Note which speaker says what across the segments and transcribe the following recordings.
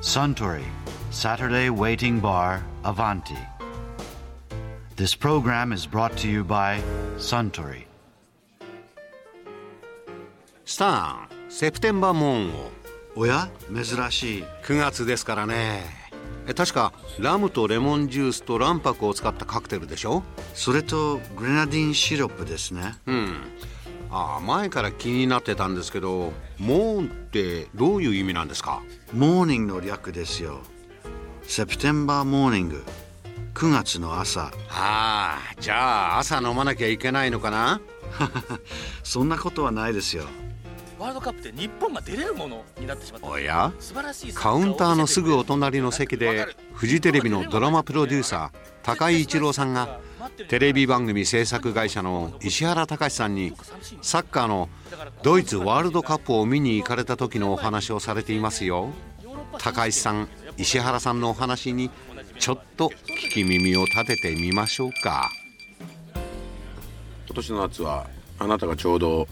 Speaker 1: Suntory Saturday Waiting Bar Avanti. This program is brought to you by Suntory.
Speaker 2: スタンセプテンバーモーンを
Speaker 1: おや珍しい。
Speaker 2: 9月ですからねえ確かラムとレモンジュースと卵白を使ったカクテルでしょ
Speaker 1: それとグレナディンシロップですね、
Speaker 2: ああ前から気になってたんですけどモーンってどういう意味なんですか
Speaker 1: モーニングの略ですよセプテンバーモーニング9月の朝
Speaker 2: ああじゃあ朝飲まなきゃいけないのかな
Speaker 1: そんなことはないですよ
Speaker 3: ワールドカップで日本が出れるものになってしまった
Speaker 2: おや
Speaker 3: 素晴らしい
Speaker 2: カウンターのすぐお隣の席でフジテレビのドラマプロデューサー高井一郎さんがテレビ番組制作会社の石原隆さんにサッカーのドイツワールドカップを見に行かれた時のお話をされていますよ高井さん石原さんのお話にちょっと聞き耳を立ててみましょうか
Speaker 4: 今年の夏はあなたがちょうど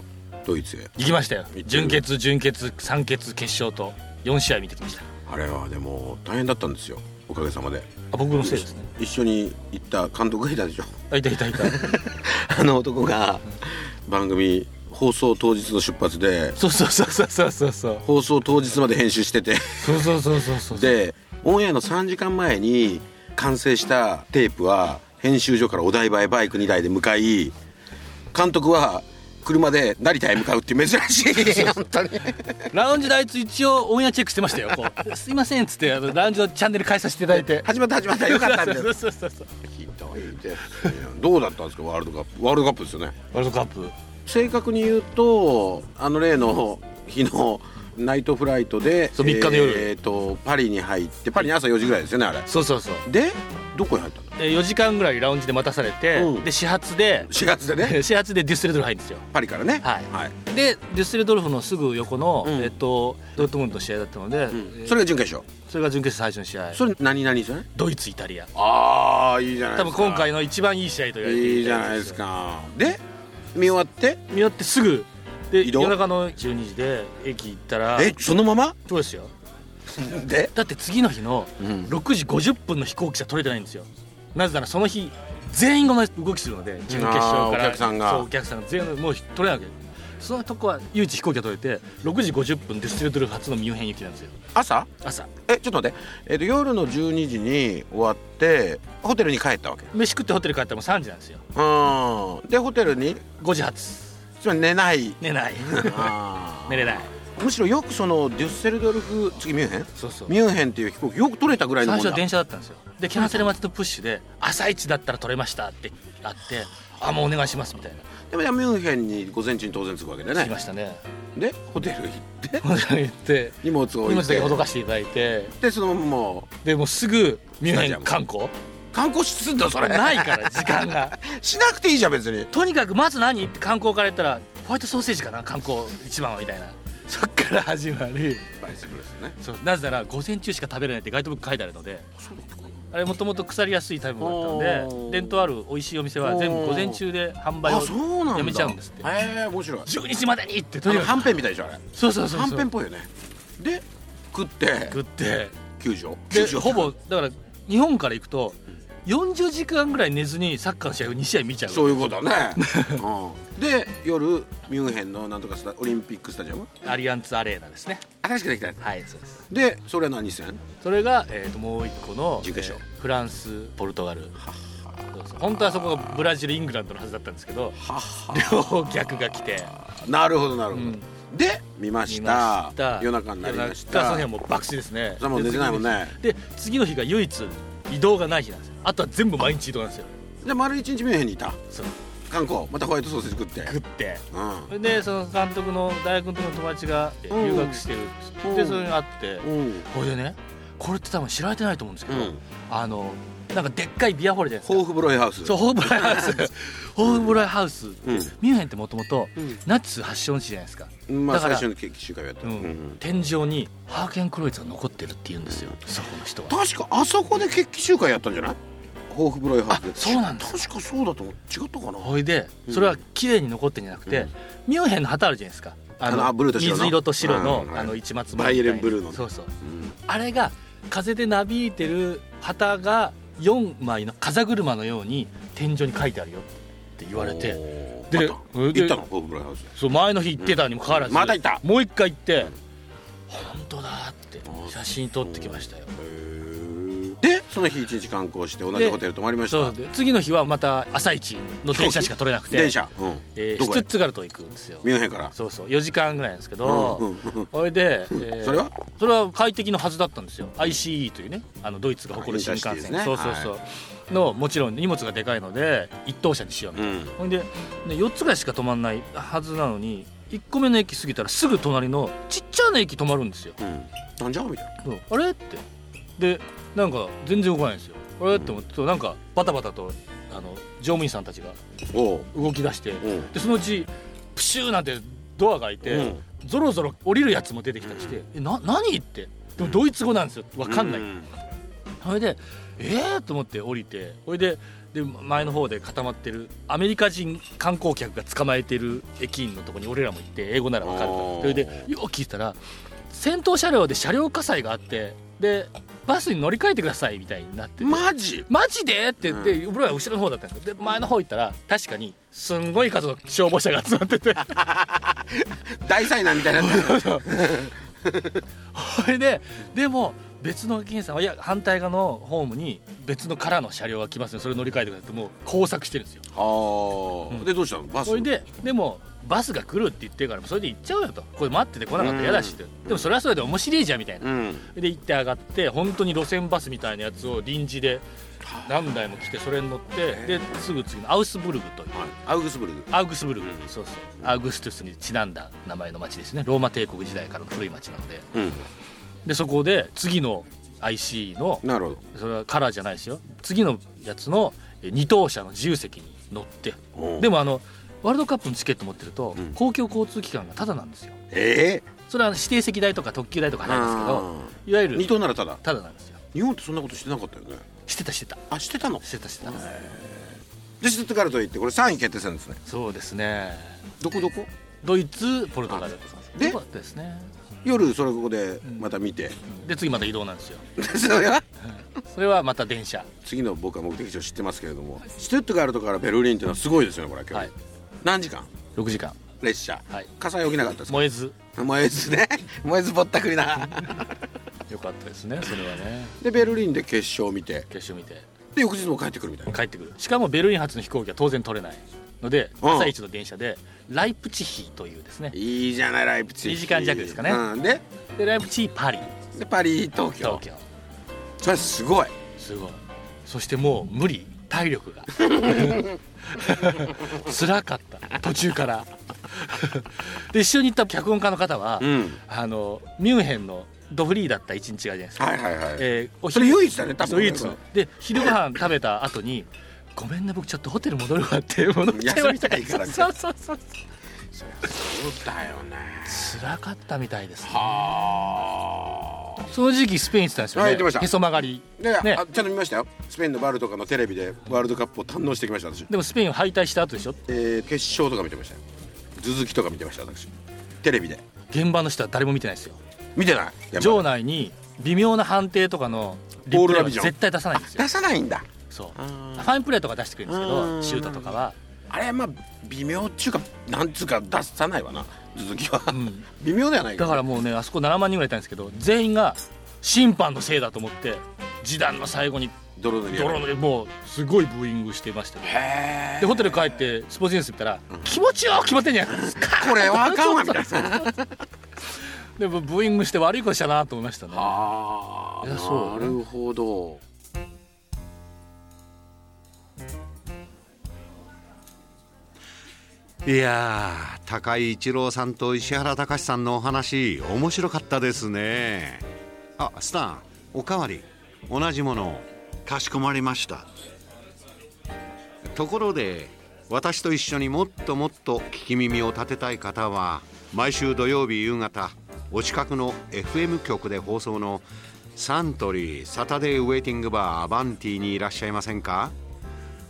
Speaker 4: ドイツへ
Speaker 3: 行きましたよ
Speaker 4: 行ってる
Speaker 3: 準決準決三決決勝と四試合見てきました
Speaker 4: あれはでも大変だったんですよおかげさまで
Speaker 3: あ僕のせいですね
Speaker 4: 一緒に行った監督がいたでしょ
Speaker 3: あいたいたいた
Speaker 4: あの男が番組放送当日の出発で
Speaker 3: そうそうそうそうそうそうそう
Speaker 4: 放送当日まで編集してて
Speaker 3: そうそうそうそうそう
Speaker 4: でオンエアの3時間前に完成したテープは編集所からお台場へバイク2台で向かい監督は車で成田へ向かうっていう珍しい 本当に
Speaker 3: ラウンジであいつ一応オンエアチェックしてましたよこうすいませんっつってあのラウンジのチャンネル変えさせていただいて
Speaker 4: 始まった始まったよかったんだ よ
Speaker 3: そうそうそうそう
Speaker 4: ひどいですねどうだったんですかワールドカップワールドカップですよね
Speaker 3: ワールドカップ
Speaker 4: 正確に言うとあの例の日のナイトフライトで
Speaker 3: そう3日の夜
Speaker 4: えーとパリに入ってパリに朝4時ぐらいですよねあれ
Speaker 3: そうそうそう
Speaker 4: でどこに入ったの
Speaker 3: で4時間ぐらいラウンジで待たされて、
Speaker 4: うん
Speaker 3: で始発で
Speaker 4: 4月で ね
Speaker 3: 始発でデュッセルドルフ入るんですよ
Speaker 4: パリからね
Speaker 3: はいでデュッセルドルフのすぐ横の、
Speaker 4: うん
Speaker 3: えっと、ドルトムントの試合だったので、
Speaker 4: それが準決勝
Speaker 3: それが準決勝最初の試合
Speaker 4: それ何々ですよね
Speaker 3: ドイツイタリア
Speaker 4: ああいいじゃない
Speaker 3: 多分今回の一番いい試合と言われて
Speaker 4: い
Speaker 3: る
Speaker 4: いじゃないですかで見終わって
Speaker 3: 見よってすぐで
Speaker 4: 移動
Speaker 3: 夜中の12時で駅行ったら
Speaker 4: えそのまま
Speaker 3: そうですよ
Speaker 4: で
Speaker 3: だって次の日の
Speaker 4: ん
Speaker 3: 6時50分の飛行機じゃ取れてないんですよなぜならその日全員が同じ動きするので準決勝から
Speaker 4: あーお客さんが
Speaker 3: そうお客さんが全員もう取れなきゃそのとこは唯一飛行機が取れて6時50分デュッセルドルフ初のミュンヘン行きなんですよ
Speaker 4: 朝
Speaker 3: 朝
Speaker 4: えちょっと待って、えっと夜の12時に終わってホテルに帰ったわけ
Speaker 3: 飯食ってホテル帰ったらもう3時なんですよ
Speaker 4: うんでホテルに
Speaker 3: 5時発
Speaker 4: つまり寝ない
Speaker 3: 寝ない
Speaker 4: あー
Speaker 3: 寝れない
Speaker 4: むしろよくそのデュッセルドルフ次ミュンヘン
Speaker 3: そうそう
Speaker 4: ミュンヘンっていう飛行機よく取れたぐらいの
Speaker 3: 最
Speaker 4: も
Speaker 3: 初
Speaker 4: んだ
Speaker 3: は電車だったんですよでキャンセル待ちのプッシュで朝一だったら取れましたってあってあもうお願いしますみたいな
Speaker 4: でもじゃあミュンヘンに午前中に当然着くわけで
Speaker 3: 来
Speaker 4: ね
Speaker 3: ましたね
Speaker 4: でホテル行って
Speaker 3: ホテル行って
Speaker 4: 荷物を
Speaker 3: 荷物
Speaker 4: 置い
Speaker 3: だけ
Speaker 4: て
Speaker 3: ほどかしていただいて
Speaker 4: でそのままも
Speaker 3: でもうすぐミュンヘン観光
Speaker 4: う観光すんだそれ
Speaker 3: ないから時間が
Speaker 4: しなくていいじゃん別に
Speaker 3: とにかくまず何って観光から言ったらホワイトソーセージかな観光一番はみたいなそっから始まり
Speaker 4: バイスブレスね
Speaker 3: そうなぜなら午前中しか食べれないってガイドブック書いてあるのであれもともと腐りやすい食べ物だったの
Speaker 4: おー
Speaker 3: で伝統ある美味しいお店は全部午前中で販売
Speaker 4: あそう
Speaker 3: を
Speaker 4: なんだ
Speaker 3: やめちゃうんですって
Speaker 4: へえ面白い
Speaker 3: 12時までにって
Speaker 4: あ
Speaker 3: とに
Speaker 4: の
Speaker 3: かく
Speaker 4: はんぺんみたいでしょあれ
Speaker 3: そうそうそう
Speaker 4: は
Speaker 3: そうん
Speaker 4: ぺんっぽいよねで食って
Speaker 3: 食って
Speaker 4: 球場
Speaker 3: で
Speaker 4: 球場
Speaker 3: ほぼだから日本から行くと40時間ぐらい寝ずにサッカーの試合を2試合見ちゃう
Speaker 4: そういうことだね、うん、で夜ミュンヘンのなんとかスタオリンピックスタジアム
Speaker 3: アリアンツアレーナですね
Speaker 4: 新しくできたやつ
Speaker 3: はいそうです
Speaker 4: でそれは何戦
Speaker 3: それが、えー、ともう一個の
Speaker 4: 準決勝
Speaker 3: えーフランスポルトガルそうそう本当はそこがブラジルイングランドのはずだったんですけど両方逆が来て
Speaker 4: なるほどなるほ
Speaker 3: う
Speaker 4: ど、
Speaker 3: ん
Speaker 4: で見まし
Speaker 3: 見ま
Speaker 4: た
Speaker 3: した
Speaker 4: 夜中になりまし
Speaker 3: 夜中その
Speaker 4: た
Speaker 3: 日はもう爆睡ですね
Speaker 4: それはもう寝てないもんね
Speaker 3: で次の日で次の日が唯一移動がない日なんですよあとは全部毎日移動なんですよ
Speaker 4: で丸一日ミュンヘンにいた
Speaker 3: そう
Speaker 4: 観光またホワイトソーセージ食って
Speaker 3: 食って
Speaker 4: う
Speaker 3: でその監督の大学の時の友達がえ
Speaker 4: うん
Speaker 3: 留学してるっつって、
Speaker 4: うん
Speaker 3: でそれに会って
Speaker 4: んうん
Speaker 3: これでねこれって多分知られてないと思うんですけど、
Speaker 4: うん
Speaker 3: あのなんかでっかいビアホールじゃないです
Speaker 4: ホ
Speaker 3: か
Speaker 4: ーフブロイハウス
Speaker 3: そうホームブライハウ スホームブライハウス、
Speaker 4: ん
Speaker 3: ミュンヘンってもともと
Speaker 4: うん
Speaker 3: ナチス発祥の地じゃないですか、
Speaker 4: まあ
Speaker 3: だか
Speaker 4: 最
Speaker 3: ら
Speaker 4: 初の決起集会をやった、
Speaker 3: うん
Speaker 4: うん
Speaker 3: 天井にハーケンクロイツが残ってるって言うんですよそこの人は
Speaker 4: 確かあそこで決起集会やったんじゃないホーフブロイハウスで
Speaker 3: あそうなんだ
Speaker 4: 確かそうだと思う違ったかな
Speaker 3: ほいでそれは綺麗に残ってんじゃなくて、
Speaker 4: うん
Speaker 3: ミュンヘンの旗あるじゃないですかあ
Speaker 4: あのあブルーと白の
Speaker 3: 水色と白の,、
Speaker 4: うんはい
Speaker 3: あの市松模様みたいな
Speaker 4: バイエルンブルーのね
Speaker 3: そうそう
Speaker 4: うん
Speaker 3: あれが風でなびいてる旗が4枚の風車のように天井に書いてあるよって言われてで
Speaker 4: で
Speaker 3: うんで
Speaker 4: 行ったの僕ぐらいの話
Speaker 3: そう前の日行ってたにもかかわらず、
Speaker 4: また行った
Speaker 3: もう一回行って本当だって写真撮ってきましたよ
Speaker 4: でその日一日観光して同じホテル泊まりまし
Speaker 3: そう
Speaker 4: た
Speaker 3: で次の日はまた朝一の電車しか取れなくて
Speaker 4: 電車、うん
Speaker 3: えーシ
Speaker 4: ど
Speaker 3: ュ
Speaker 4: こ
Speaker 3: ツ
Speaker 4: へ
Speaker 3: ッツガルト行くんですよ
Speaker 4: ミュンヘンから
Speaker 3: そうそう4時間ぐらいなんですけ
Speaker 4: う
Speaker 3: ど
Speaker 4: んうんうん
Speaker 3: それで、えー
Speaker 4: それは
Speaker 3: それは快適のはずだったんですよ ICE というねあのドイツが誇る新幹
Speaker 4: インターシティ
Speaker 3: 線、
Speaker 4: ですね
Speaker 3: そうそうそう、のもちろん荷物がでかいので一等車にしようみたいな
Speaker 4: うん
Speaker 3: ほんで、ね、4つぐらいしか止まんないはずなのに1個目の駅過ぎたらすぐ隣のちっちゃな駅止まるんですよ、
Speaker 4: うんなんじゃみたい
Speaker 3: うんあれってでなんか全然動かないんですよあれって思ってなんかバタバタとあの乗務員さんたちが
Speaker 4: なおう
Speaker 3: 動き出して
Speaker 4: うん
Speaker 3: でそのうちプシューなんてドアが開いて、
Speaker 4: うん
Speaker 3: ゾロゾロ降りるやつも出てきたりして「えな何?」ってでもドイツ語なんですよわかんない、
Speaker 4: うん
Speaker 3: それでえー、と思って降りてそれでで前の方で固まってるアメリカ人観光客が捕まえてる駅員のとこに俺らも行って英語ならわかるから
Speaker 4: おー
Speaker 3: それでよく聞いたら先頭車両で車両火災があってでバスに乗り換えてくださいみたいになってて
Speaker 4: マジ
Speaker 3: マジでって言って、僕らは後ろの方だったんですけどで前の方行ったら確かにすんごい数の消防車が集まっ てて
Speaker 4: 大災難み たいなやつ
Speaker 3: それででも別の駅員さんはいや反対側のホームに別のからの車両が来ますのでそれ乗り換えてくださいってもう工作してるんですよ
Speaker 4: あーでどうしたのバス
Speaker 3: それででもバスが来るって言ってるからそれで行っちゃうよとこれ待ってて来なかったら嫌だしってでもそれはそれで面白いじゃんみたいな
Speaker 4: うん
Speaker 3: で行って上がって本当に路線バスみたいなやつを臨時で何台も来てそれに乗ってですぐ次のアウスブルグという
Speaker 4: はいアウグスブルグ
Speaker 3: アウグスブルグ、そうそうアウグストゥスにちなんだ名前の町ですねローマ帝国時代からの古い町なので
Speaker 4: うん
Speaker 3: でそこで次の IC の
Speaker 4: なるほど
Speaker 3: それはカラーじゃないですよ次のやつのえ二等車の自由席に乗って
Speaker 4: おう
Speaker 3: でもあのワールドカップのチケット持ってると、
Speaker 4: うん
Speaker 3: 公共交通機関がタダなんですよ
Speaker 4: え
Speaker 3: それはあの指定席代とか特急代とか
Speaker 4: え
Speaker 3: 払うんですけどいわゆる
Speaker 4: 二等ならただ
Speaker 3: タダなんですよ
Speaker 4: 日本ってそんなことしてなかったよね
Speaker 3: してたしてた
Speaker 4: あしてたの
Speaker 3: してたしてた
Speaker 4: でシュツットガルト行ってこれ3位決定戦ですね
Speaker 3: そうですね
Speaker 4: どこどこ
Speaker 3: ドイツポルトガル
Speaker 4: で
Speaker 3: よかったですね
Speaker 4: 夜それここでまた見て、
Speaker 3: で次また移動なんですよ
Speaker 4: それは
Speaker 3: それはまた電車
Speaker 4: 次の僕は目的地を知ってますけれどもシュツットガルトからベルリンっていうのはすごいですよねこれ今日、
Speaker 3: はい
Speaker 4: 何時間
Speaker 3: 6時間
Speaker 4: 列車、
Speaker 3: はい
Speaker 4: 火災起きなかったですか
Speaker 3: 燃えず
Speaker 4: 燃えずね 燃えずぼったくりな
Speaker 3: よかったですねそれはね
Speaker 4: でベルリンで決勝を見て
Speaker 3: 決勝見て
Speaker 4: で翌日も帰ってくるみたいな
Speaker 3: 帰ってくるしかもベルリン発の飛行機は当然取れないので
Speaker 4: うん
Speaker 3: 朝一の電車でライプチヒというですね
Speaker 4: いいじゃないライプツィヒ
Speaker 3: 二時間弱ですかね
Speaker 4: うん、で
Speaker 3: でライプチヒパリ
Speaker 4: でパリ東京
Speaker 3: 東京
Speaker 4: それすごい
Speaker 3: すごいそしてもう無理体力 が辛かった途中からで一緒に行った脚本家の方は、
Speaker 4: うん
Speaker 3: あのミュンヘンのドフリーだった一日があるじゃないですか、
Speaker 4: はいはいはい、
Speaker 3: えーお
Speaker 4: それ唯一だね多分
Speaker 3: そう唯一で昼ご飯食べた後に「ごめんね僕ちょっとホテル戻るわ」って戻っちゃいました
Speaker 4: 休みたいから
Speaker 3: そうそうそう
Speaker 4: そうだよね
Speaker 3: つらかったみたいです、ね、
Speaker 4: はあ
Speaker 3: その時期スペイン行ってたんですよね、
Speaker 4: はい行ってました
Speaker 3: へそ曲がり
Speaker 4: で、あち
Speaker 3: ね
Speaker 4: ゃんと見ましたよスペインのバルとかのテレビでワールドカップを堪能してきました私、
Speaker 3: でもスペインを敗退した後でしょ
Speaker 4: えー決勝とか見てましたよ続きとか見てました私テレビで
Speaker 3: 現場の人は誰も見てないですよ
Speaker 4: 見てないやっぱ
Speaker 3: 場内に微妙な判定とかのリプレイは絶対出さないんですよ
Speaker 4: 出さないんだ
Speaker 3: そうフ
Speaker 4: あー
Speaker 3: ァインプレーとか出してくれるんですけ
Speaker 4: う
Speaker 3: ど
Speaker 4: ん
Speaker 3: シュートとかは
Speaker 4: あれまあ微妙っちゅうかなんつうか出さないわな続きは、
Speaker 3: ん
Speaker 4: 微妙ではないけ
Speaker 3: だ
Speaker 4: ど
Speaker 3: からもうねあそこ7万人ぐらいいたんですけど全員が審判のせいだと思って示談の最後に
Speaker 4: 泥塗りや
Speaker 3: 泥のもうすごいブーイングしてましたね
Speaker 4: へえ
Speaker 3: でホテル帰ってスポーツニュース見たら気持ちよく決まってんじゃないですか
Speaker 4: これはあかんわみたい な
Speaker 3: でもブーイングして悪いことしたなと思いましたね
Speaker 4: あ
Speaker 3: いやそう
Speaker 4: ーなるほど
Speaker 2: いやー高井一郎さんと石原隆さんのお話面白かったですねあスタンおかわり同じものを
Speaker 1: かしこまりました
Speaker 2: ところで私と一緒にもっともっと聞き耳を立てたい方は毎週土曜日夕方お近くの FM 局で放送のサントリーサタデーウェイティングバーアバンティにいらっしゃいませんか